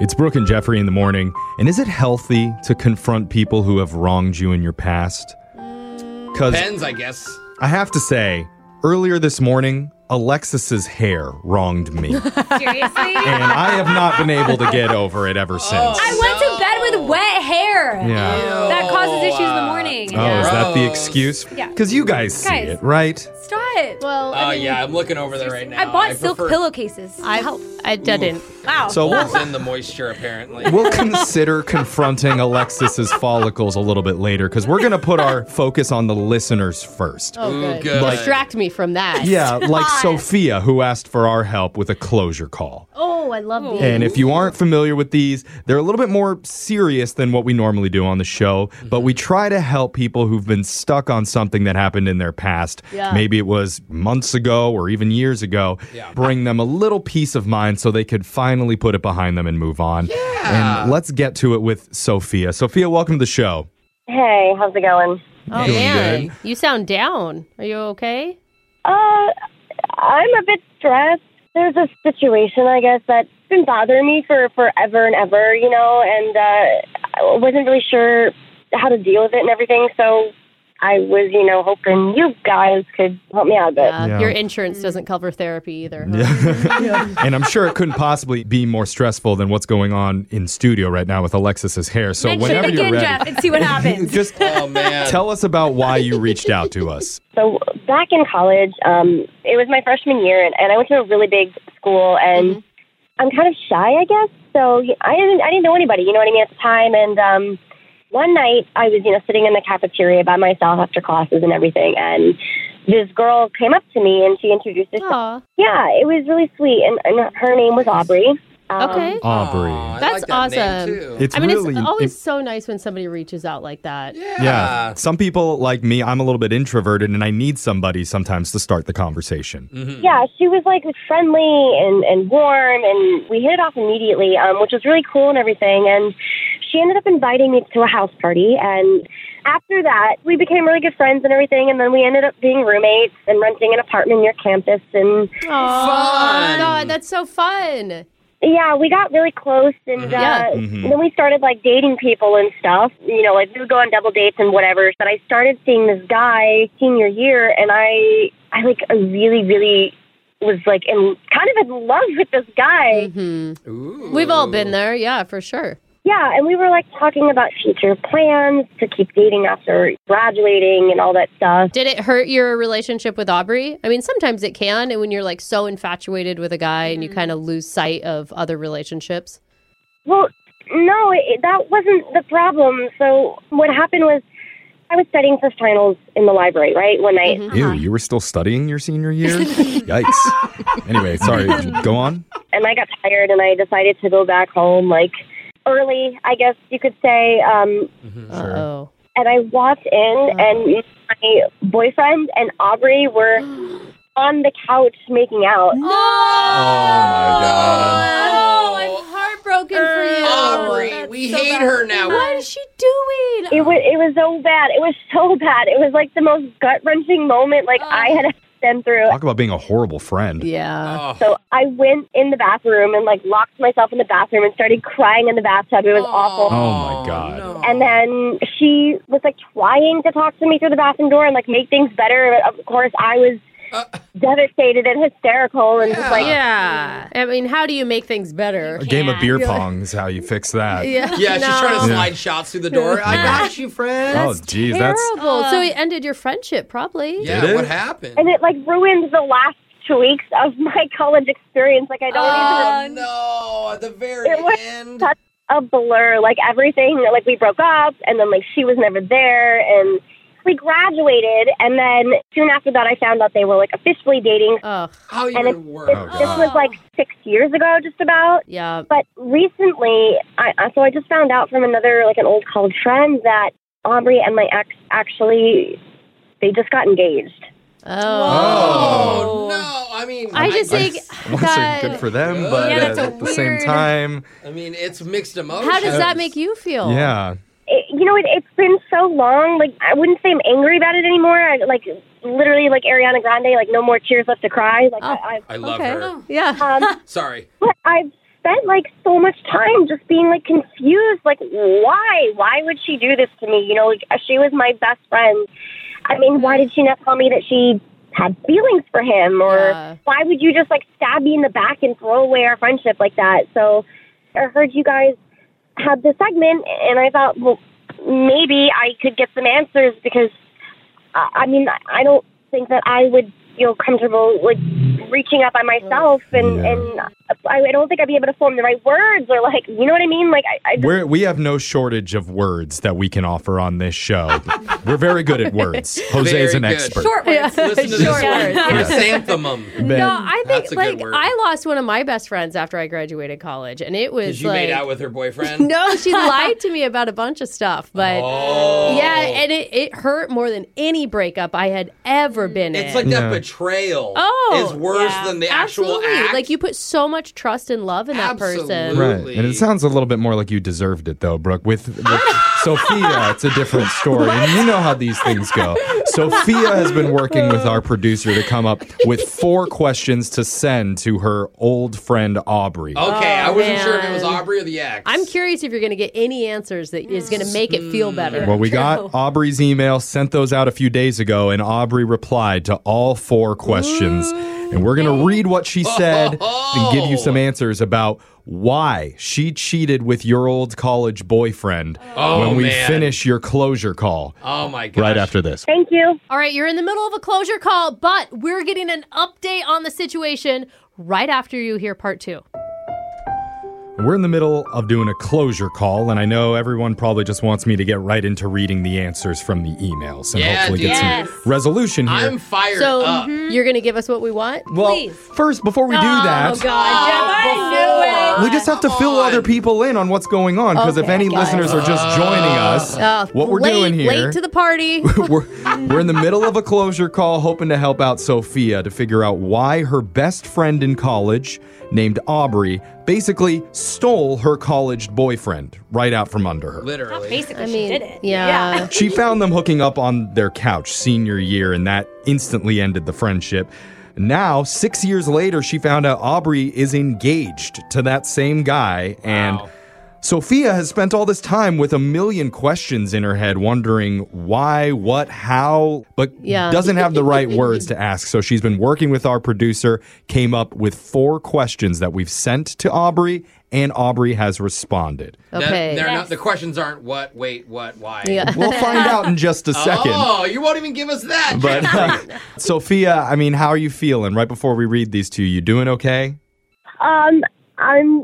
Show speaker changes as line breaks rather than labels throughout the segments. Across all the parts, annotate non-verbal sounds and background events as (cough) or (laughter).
It's Brooke and Jeffrey in the morning. And is it healthy to confront people who have wronged you in your past? Because
Depends, I guess.
I have to say, earlier this morning, Alexis's hair wronged
(laughs)
me. (laughs) and
Seriously?
I have not been able to get over it ever since.
Oh. I went to bed with wet hair.
Yeah.
That causes issues in the morning.
Oh, is that the excuse?
Yeah.
Because you guys see
Guys.
it, right?
Stop.
Oh
Well, I mean,
yeah, I'm looking over there right now.
I bought silk
prefer-
pillowcases.
I, I didn't.
wow.
So
Wolves
(laughs)
we'll,
in the moisture, apparently.
we'll consider confronting Alexis's follicles a little bit later because we're going to put our focus on the listeners first.
Oh,
Ooh,
good.
good.
Distract me from that.
Yeah, like Sophia, who asked for our help with a closure call.
Oh, I love these.
And if you aren't familiar with these, they're a little bit more serious than what we normally do on the show, but we
Mm-hmm.
try to help people who've been stuck on something that happened in their past.
Yeah.
Maybe it was months ago or even years ago.
Yeah.
Bring them a little peace of mind so they could finally put it behind them and move on. And let's get to it with Sophia. Sophia, welcome to the show.
Hey, how's it going?
oh
doing
man,
good.
you sound down. Are you okay?
Uh, I'm a bit stressed. There's a situation, I guess, that's been bothering me for forever and ever, you know, and uh, I wasn't really sure how to deal with it and everything, so I was, you know, hoping you guys could help me out a bit.
Uh,
Yeah.
Your insurance doesn't cover therapy either. huh?
and I'm sure it couldn't possibly be more stressful than what's going on in studio right now with Alexis's hair. So
Mention
whenever
it
you're
again,
ready,
Jeff, and
(laughs)
see what happens.
just
Oh man.
tell us about why you reached out to us.
So back in college, um, it was my freshman year, and, and I went to a really big school, and
Mm-hmm.
I'm kind of shy, I guess. So I didn't, I didn't know anybody, you know what I mean, at the time. And um, one night, I was, you know, sitting in the cafeteria by myself after classes and everything, and this girl came up to me, and she introduced herself.
Aw,
Yeah, it was really sweet, and, and her name was Aubrey. Um,
okay.
Aubrey.
Aw, I
That's
like that name,
awesome.
too.
It's
I mean,
really
it's always
it-
so nice when somebody reaches out like that.
yeah.
yeah. Some people like me, I'm a little bit introverted and I need somebody sometimes to start the conversation.
Mm-hmm.
Yeah, she was like friendly and, and warm, and we hit it off immediately, um, which was really cool and everything. And she ended up inviting me to a house party. And after that, we became really good friends and everything. And then we ended up being roommates and renting an apartment near campus. And
Aw,
Fun.
God, that's so fun.
yeah, we got really close. And, uh,
Yeah.
Mhm.
then we started like dating people and stuff. You know, like we would go on double dates and whatever. But I started seeing this guy senior year, and I, I like really, really was like in kind of in love with this guy.
Mhm.
Ooh.
We've all been there, yeah, for sure.
Yeah, and we were like talking about future plans to keep dating after graduating and all that stuff.
Did it hurt your relationship with Aubrey? I mean, sometimes it can, and when you're like so infatuated with a guy and you kind of lose sight of other relationships.
Well, no, it, that wasn't the problem. So what happened was I was studying for finals in the library, right? One night.
Ew, you were still studying your senior year? Yikes. Anyway, sorry. Go on.
And I got tired and I decided to go back home like early, I guess you could say. Um,
Oh,
and I walked in and my boyfriend and Aubrey were on the couch making out.
Oh, I'm heartbroken for you.
Aubrey,
That's
we
so
hate
bad.
her now.
What is she doing?
It was it was so bad. It was so bad. It was like the most gut wrenching moment like I had been through.
Talk about being a horrible friend.
yeah.
Oh.
So I went in the bathroom and like locked myself in the bathroom and started crying in the bathtub. It was awful.
Oh my God.
no.
And then she was like trying to talk to me through the bathroom door and like make things better. But of course, I was devastated and hysterical and just like
Yeah. I mean, how do you make things better?
A game of beer pong is how you fix that.
Yeah, she's trying to
No.
slide shots through the door. I got you, friend.
Oh, geez, that's
Terrible. Um, so it ended your friendship, probably.
yeah,
Did it?
what happened?
and it like ruined the last two weeks of (laughs) my college experience. Like I don't even.
oh no, at the very
It was
end.
such a blur. Like everything, like we broke up, and then like she was never there, and we graduated, and then soon after that, I found out they were like officially dating.
Ugh.
How
and
even worse.
This,
Oh,
this was like six years ago, just about.
Yeah.
But recently, I I- so I just found out from another like an old college friend that Aubrey and my ex actually they just got engaged.
Oh
Oh.
no! I mean,
I just think
Wasn't good
that.
for them, but
Yeah, that's
uh,
a
at the same
weird-
time,
I mean, it's mixed emotions.
How does that make you feel?
yeah.
It, you know, it, it's been so long. Like I wouldn't say I'm angry about it anymore. I, like literally, like Ariana Grande, like no more tears left to cry. Like I, I
I love
Okay. Oh.
her.
Yeah. (laughs)
um,
Sorry.
but I've spent like so much time just being like confused, like why, why would she do this to me? You know, like she was my best friend. I mean, why did she not tell me that she had feelings for him, or
Yeah.
why would you just like stab me in the back and throw away our friendship like that? So I heard you guys had this segment, and I thought, well, maybe I could get some answers because I I mean, I don't think that I would feel comfortable like reaching up by myself, and
Yeah.
and I, I don't think I'd be able to form the right words or like, you know what I mean? Like, I, I just,
We're, we have no shortage of words that we can offer on this show. We're very good at words. Jose is
Very
an
good.
expert.
Short words.
Listen to
Sure.
this one.
Yeah.
(laughs)
Chrysanthemum.
Ben,
No, I think
That's a good
like
word.
I lost one of my best friends after I graduated college, and it was
She
like
made out with her boyfriend.
(laughs) no, she lied to me about a bunch of stuff, but
Oh.
yeah, and it, it hurt more than any breakup I had ever been in.
It's like
Yeah.
that betrayal
Oh,
is worse
yeah.
than the actual
absolutely
act.
like you put so much trust and love in that person.
Absolutely.
Right. And it sounds a little bit more like you deserved it, though, Brooke. With, with Sophia, it's a different story. And you know how these things go. Sophia has been working with our producer to come up with four questions to send to her old friend, Aubrey.
Okay, I wasn't sure if it was
Oh, man.
Aubrey or the ex.
I'm curious if you're going to get any answers that is going to make it
Mm.
feel better.
(laughs) Well, we got Aubrey's email, sent those out a few days ago, and Aubrey replied to all four questions. And we're going to read what
(laughs)
she said and give you
Oh.
some answers about why she cheated with your old college boyfriend
Oh,
when we
man.
finish your closure call
Oh my god.
right after this.
thank you.
All right, you're in the middle of a closure call, but we're getting an update on the situation right after you hear part two.
We're in the middle of doing a closure call, and I know everyone probably just wants me to get right into reading the answers from the emails and
Yeah,
hopefully get
Yes.
some resolution here.
I'm fired
So mm-hmm. mhm.
up.
you're going to give us what we want?
well,
please.
first, before we do that,
Oh, God. Jeff, I knew it.
We just have to fill
on.
other people in on what's going on because if
Okay,
any
got it.
listeners are just joining us, (laughs)
Uh,
what we're
late,
doing here,
Late to
(laughs)
the party.
we're, we're in the middle of a closure call hoping to help out Sophia to figure out why her best friend in college, named Aubrey, basically stole her college boyfriend right out from under her.
Literally.
Basically,
I
she
mean,
did it.
yeah.
She found them hooking up on their couch senior year, and that instantly ended the friendship. Now, six years later, she found out Aubrey is engaged to that same guy.
Wow.
And Sophia has spent all this time with a million questions in her head, wondering why, what, how, but
Yeah.
doesn't have the
(laughs)
right words to ask. So she's been working with our producer, came up with four questions that we've sent to Aubrey, and Aubrey has responded.
That-
Okay.
they're not, the questions aren't what, wait, what, why.
Yeah.
We'll find out in just a (laughs) second.
Oh, you won't even give us that.
But uh, Sophia, I mean, how are you feeling right before we read these to you? You doing okay?
Um, I'm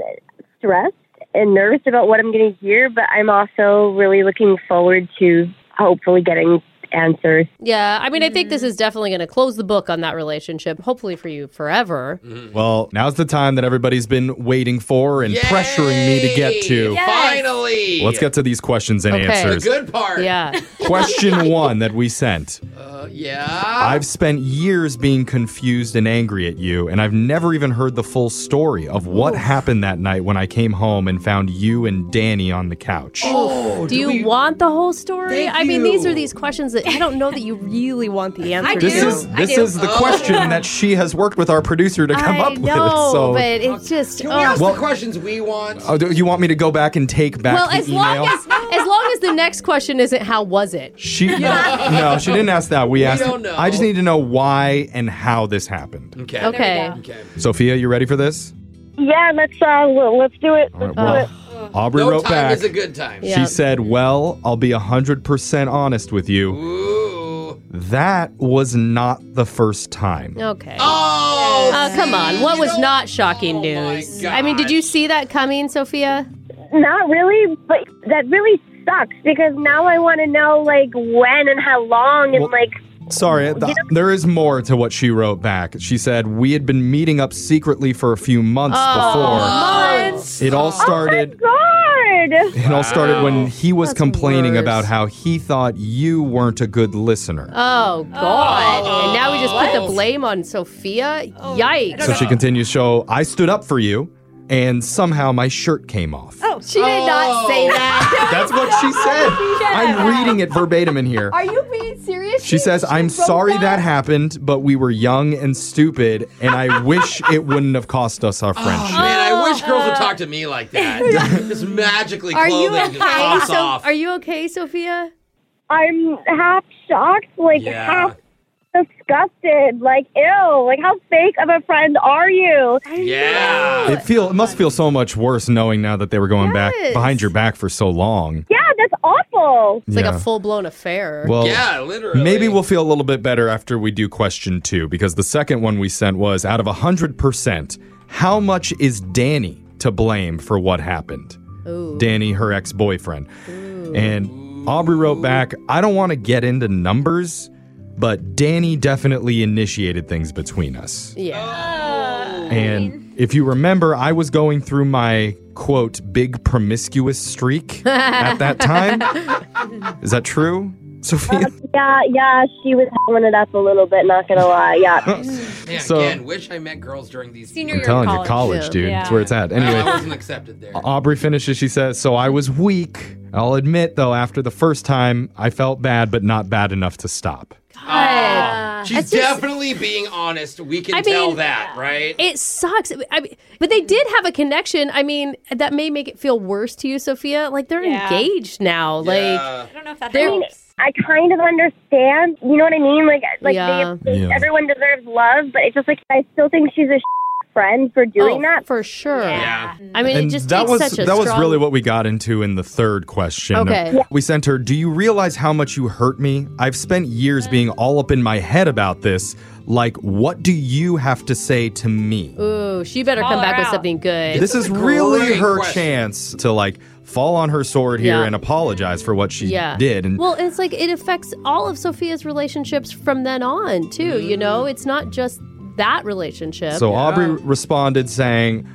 stressed and nervous about what I'm going to hear, but I'm also really looking forward to hopefully getting answers.
Yeah. I mean, I think this is definitely going to close the book on that relationship, hopefully for you forever.
Mm-hmm.
Well, now's the time that everybody's been waiting for and
(laughs) Yay!
pressuring me to get to.
Yes.
Finally.
Let's get to these questions and
Okay.
the
answers.
good part. (laughs)
Yeah.
Question one that we sent.
Uh,
I've
yeah.
spent years being confused and angry at you, and I've never even heard the full story of what happened that night when I came home and found you and Danny on the couch.
Oh,
Do you want the whole story?
Thank
I mean, these
you.
are these questions that I don't know that you really want the answer
do.
to.
This is
I
this
do.
is the question that she has worked with our producer to come
I
up
know,
with. So
but it's just.
Can we
oh.
ask
Well-
the questions we want?
Oh, do you want me to go back and take back
Well,
the
as
email?
long as as long as the next question isn't how was it?
she no, she didn't ask that. We asked.
don't know.
I just need to know why and how this happened.
Okay.
Okay.
Okay.
Sophia, you ready for this?
Yeah, let's uh, l- let's do it.
All right,
Let's do it.
well, Aubrey
No
wrote
time
back.
is a good time.
Yeah.
She said, "Well, I'll be hundred percent honest with you.
Ooh.
That was not the first time.
Okay.
Oh,
Uh, come on. What was not shocking
Oh my
news? I mean, did
gosh.
you see that coming, Sophia?
Not really, but that really sucks because now I want to know like when and how long and
Well-
like
Sorry, th- there is more to what she wrote back. She said, "We had been meeting up secretly for a few months before."
Oh. Months.
It all started.
God.
It all started when he was
That's
complaining
worse.
about how he thought you weren't a good listener.
Oh God! and now we just put
What?
the blame on Sophia.
Oh.
Yikes!
so she continues, so I stood up for you, and somehow my shirt came off.
Oh,
she did not say that.
That's what she
(laughs)
said. I'm reading it verbatim in here.
are you being serious?
She says, I'm sorry that happened, but we were young and stupid, and I wish it wouldn't have cost us our friendship.
Man, I wish wish girls would talk to me like
(laughs)
that. just magically
Are you
clothing just
okay?
pops
So,
off.
are you okay, Sophia?
I'm half shocked, like
Yeah.
half disgusted, like ew, like how fake of a friend are you?
yeah.
It feel it must feel so much worse knowing now that they were going
Yes.
back behind your back for so long.
Yeah, that's awful.
It's like
Yeah.
a full blown affair.
Well,
Yeah, literally.
maybe we'll feel a little bit better after we do question two because the second one we sent was out of hundred percent, how much is Danny to blame for what happened?
Ooh.
Danny, her ex boyfriend. And Aubrey wrote back, I don't want to get into numbers, but Danny definitely initiated things between us.
yeah.
And if you remember, I was going through my quote, big promiscuous streak at that
(laughs)
time. Is that true, Sophia?
Yeah, yeah, she was having it up a little bit, not gonna
(laughs)
lie. Yeah.
Man,
so-
again, wish I met girls during these.
Senior
I'm
year
telling
of
you, college,
college.
yeah.
dude. That's where it's at.
Well,
Anyway, Uh,
I (laughs) wasn't accepted there.
Aubrey finishes, she says, So I was weak. I'll admit, though, after the first time, I felt bad, but not bad enough to stop.
Aw. Oh, she's
It's just-
definitely being honest. We can
I
tell
mean,
that, right?
It sucks. I mean, but they did have a connection. I mean, that may make it feel worse to you, Sophia. Like they're
Yeah.
engaged now. Like
Yeah.
I don't know if that
They're-
helps.
I kind of understand, you know what I mean? Like like
Yeah.
they, they-
Yeah.
everyone deserves love, but it's just like I still think she's a (laughs) friend for doing
oh,
that.
for sure.
Yeah.
I mean, it just
that
takes
was
such a
that was
strong-
really what we got into in the third question.
Okay.
We sent her, "Do you realize how much you hurt me? I've spent years being all up in my head about this. Like, what do you have to say to me?"
Ooh, she better
Call
come
her
back with
out.
something good.
This is
a
really
great
her
question.
chance to like fall on her sword here
Yeah.
and apologize for what she
yeah.
did. And
well, it's like it affects all of Sophia's relationships from then on too. You know,
Mm.
it's not just that relationship.
so Aubrey responded saying,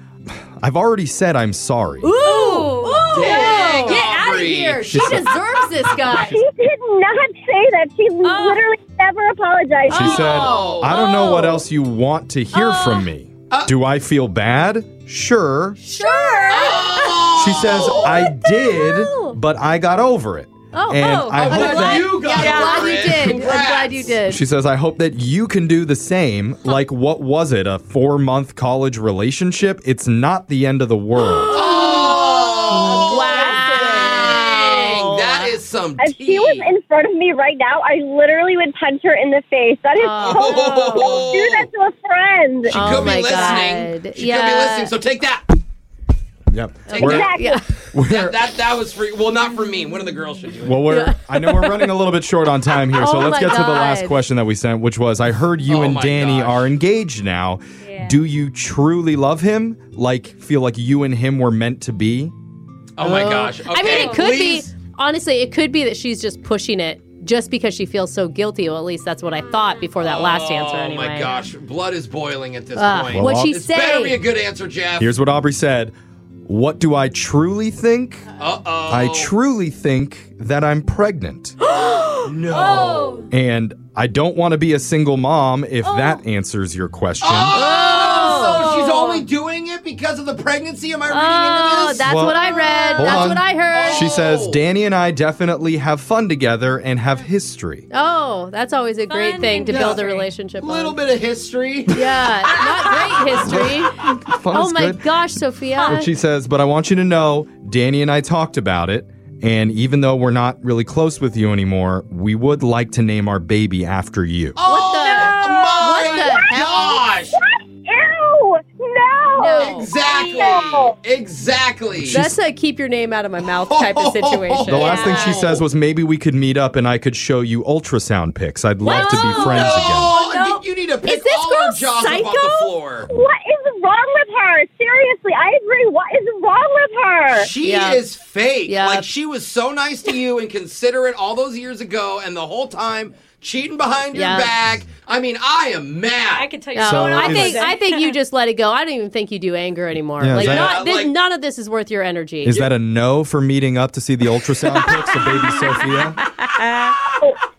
"I've already said I'm sorry."
Ooh, ooh,
Dang,
get out of
Aubrey.
here! She deserves this
(laughs)
guy.
She did not say that. She
Oh.
literally never apologized.
She said,
Oh.
"I don't know what
Oh. Uh,
else you want to hear from me. Do I feel bad? Sure."
Oh!
She says, I did, but I got over it.
Oh,
and
oh,
I
I'm
hope
glad
that
you got
yeah, I'm
over it.
glad you did. I'm glad
Congrats.
you did.
she says, I hope that you can do the same. Like, what was it? A four month college relationship? It's not the end of the
(gasps)
world.
Oh! Dang,
Wow.
that is some
If (laughs)
tea.
she was in front of me right now, I literally would punch her in the face. That is
Oh.
so don't do that to a friend.
She Oh.
Oh
could
my
be listening.
God.
She could be
Yeah.
listening. So take that.
yep.
Take
We're,
Exactly.
we're,
That that was free. Well, not for me. One of the girls should do it.
well, we're, I know we're running a little bit short on time here, so
Oh
let's
my
get to the last
God.
question that we sent, which was I heard you
Oh
and
my
Danny
gosh.
are engaged now. Do you truly love him? Like, feel like you and him were meant to be?
Oh my gosh. Okay,
I mean, it could
please.
be. Honestly, it could be that she's just pushing it just because she feels so guilty. Well, at least that's what I thought before that last answer.
Oh
Anyway.
my gosh, blood is boiling at this
Ah,
Well,
point.
what she
it's
This better be a
say?
good answer, Jeff.
Here's what Aubrey said What do I truly think?
uh oh.
I truly think that I'm
(gasps)
pregnant.
Oh,
no. And I don't want to be a single mom if
Oh.
that answers your question.
Oh, so she's only doing it because of the pregnancy. Am I reading into
Oh,
this?
that's
Well,
what I read.
hold
That's
on.
what I
Oh,
heard.
She says, Danny and I definitely have fun together and have history.
Oh, that's always a great
Fun
thing to
and
build a
history.
relationship.
A little
on.
bit of history.
Yeah, not
(laughs)
great history.
Fun
oh
is
my
good.
gosh, Sophia.
But she says, But I want you to know, Danny and I talked about it. And even though we're not really close with you anymore, we would like to name our baby after you.
What
the-
Oh, my
what the hell?
gosh!
Ew! No!
No.
No.
Exactly. Exactly.
that's a keep your name out of my mouth type
(laughs) Oh,
of situation.
The last thing she
Wow.
says was maybe we could meet up and I could show you ultrasound pics. I'd love to be friends again.
Oh,
No.
you need to pick
this
all
girl
our jaws up off the
psycho?
floor.
What is wrong with her? Seriously, I agree. What is wrong with her?
She
Yeah.
is fake.
Yeah.
Like she was so nice to you and considerate all those years ago, and the whole time cheating behind
Yeah.
your back. I mean, I am mad.
I can tell you.
No,
So
I
is-
think I
(laughs)
think you just let it go. I don't even think you do anger anymore.
Yeah, is
like,
that-
not, this,
Like-
none of this is worth your energy.
Is that a no for meeting up to see the ultrasound pics of baby Sophia?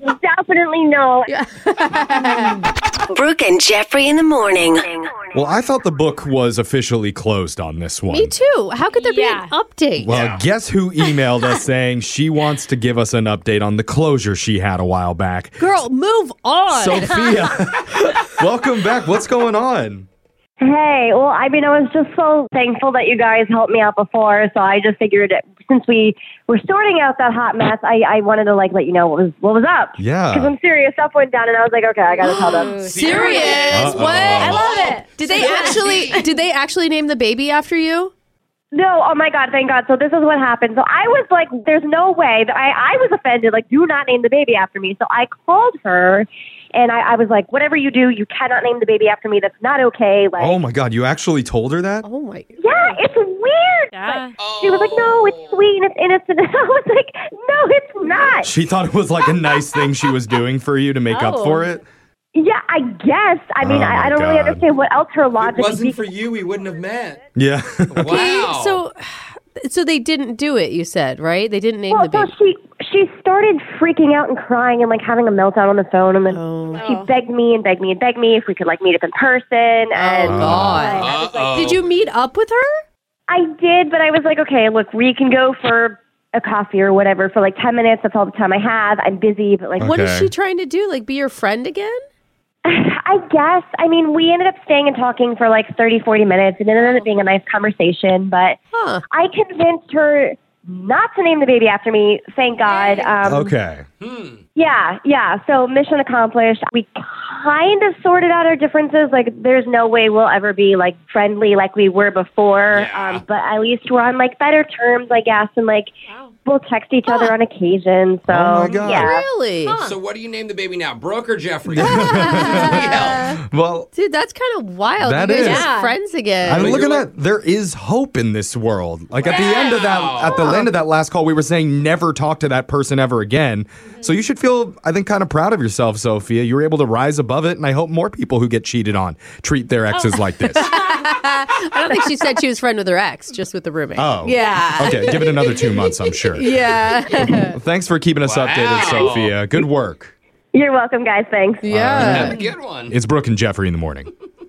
Oh, definitely no.
Brooke and Jeffrey in the morning.
Well, I thought the book was officially closed on this one.
Me too. How could there
Yeah.
be an update?
Well, guess who emailed us saying she wants to give us an update on the closure she had a while back?
(laughs)
Girl, move
(laughs)
on.
Sophia, welcome back. What's going on?
Hey, well, I mean, I was just so thankful that you guys helped me out before, so I just figured it, since we were sorting out that hot mess, I, I wanted to like let you know what was what was up.
Yeah.
Because I'm serious, stuff went down, and I was like, okay, I gotta tell
Mm.
them.
Serious?
Uh-oh.
What?
I
love it.
Did they actually? Did they actually name the baby after you?
No, oh my God, thank God. So this is what happened. So I was like, there's no way that I, I was offended. Like, do not name the baby after me. So I called her, and I, I was like, whatever you do, you cannot name the baby after me. That's not okay. Like,
Oh my God, you actually told her that?
Oh my!
yeah, it's weird.
Yeah.
Oh.
She was like, no, it's sweet and it's innocent. (laughs) And I was like, no, it's not.
She thought it was like a nice thing she was doing for you to make up
Oh.
for it.
Yeah, I guess. I mean,
Oh, my
I, I don't really
God.
understand what else her logic
If it wasn't
would
for you, we wouldn't have met.
Yeah. (laughs)
Wow.
So, so they didn't do it. You said right? They didn't name
Well,
the
so
baby.
she she started freaking out and crying and like having a meltdown on the phone, and then she begged me and begged me and begged me if we could like meet up in person.
Oh.
And
God.
Uh-oh.
Did you meet up with her?
I did, but I was like, okay, look, we can go for a coffee or whatever for like ten minutes. That's all the time I have. I'm busy, but like,
What is
Okay.
she trying to do? Like, be your friend again?
(laughs) I guess. I mean, we ended up staying and talking for like thirty, forty minutes, and it ended up being a nice conversation. But
Huh?
I convinced her not to name the baby after me. Thank God. Um,
okay.
Yeah, yeah. So mission accomplished. We kind of sorted out our differences. Like, there's no way we'll ever be like friendly like we were before.
Yeah.
Um, but at least we're on like better terms, I guess, and like we'll text each other on occasion. So
Oh, my God.
yeah.
Really?
So what do you name the baby now? Brooke or
(laughs)
Jeffrey? We help.
Well,
Dude, that's kind of wild.
That
you guys
is.
are
Yeah.
friends again.
I'm
But
looking
you're
at there is hope in this world. Like at the end of
Wow.
that at the end of that last call we were saying never talk to that person ever again. So you should feel I think kind of proud of yourself, Sophia. You were able to rise above it and I hope more people who get cheated on treat their exes like this.
I don't think she said she was friend with her ex, just with the roommate.
Oh.
Yeah.
Okay, give it another 2 months, I'm sure.
Yeah.
Thanks for keeping us updated, Sophia. Good work.
You're welcome, guys. Thanks.
(laughs) yeah.
Have a good one.
It's Brooke and Jeffrey in the morning.